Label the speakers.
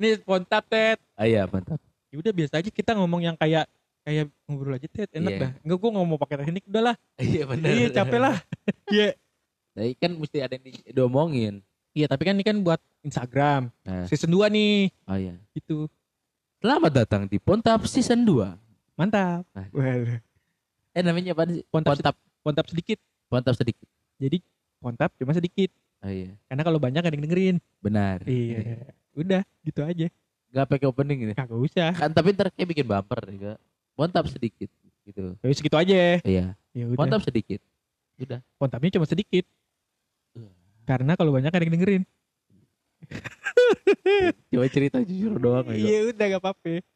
Speaker 1: Nih spontan Ted.
Speaker 2: Ah iya mantap.
Speaker 1: Ya udah biasa aja kita ngomong yang kayak kayak ngobrol aja Ted, enak
Speaker 2: Iya.
Speaker 1: dah. Enggak gua nggak mau pakai teknik udahlah.
Speaker 2: Iya benar.
Speaker 1: Iya capek lah. Iya.
Speaker 2: Tapi kan mesti ada yang di- diomongin.
Speaker 1: Iya, tapi kan ini kan buat Instagram.
Speaker 2: Nah,
Speaker 1: Season 2 nih
Speaker 2: oh iya.
Speaker 1: gitu.
Speaker 2: Selamat datang di Pontap Season 2.
Speaker 1: Mantap.
Speaker 2: Nah.
Speaker 1: Waduh.
Speaker 2: Eh namanya apa sih?
Speaker 1: Pontap.
Speaker 2: Pontap.
Speaker 1: Pontap sedikit.
Speaker 2: Pontap sedikit.
Speaker 1: Jadi pontap cuma sedikit.
Speaker 2: Oh iya.
Speaker 1: Karena kalau banyak ada yang dengerin.
Speaker 2: Benar.
Speaker 1: Iya. Udah, gitu aja.
Speaker 2: Gak pakai opening ini.
Speaker 1: Kagak usah.
Speaker 2: Kan tapi ntar kayak bikin bumper juga. Pontap sedikit gitu.
Speaker 1: Ya segitu aja.
Speaker 2: Iya.
Speaker 1: Ya udah.
Speaker 2: Pontap sedikit.
Speaker 1: Pontapnya cuma sedikit.
Speaker 2: Iya.
Speaker 1: Karena kalau banyak ada yang dengerin.
Speaker 2: Coba cerita jujur doang.
Speaker 1: Oh
Speaker 2: Iya.
Speaker 1: udah gak apa-apa.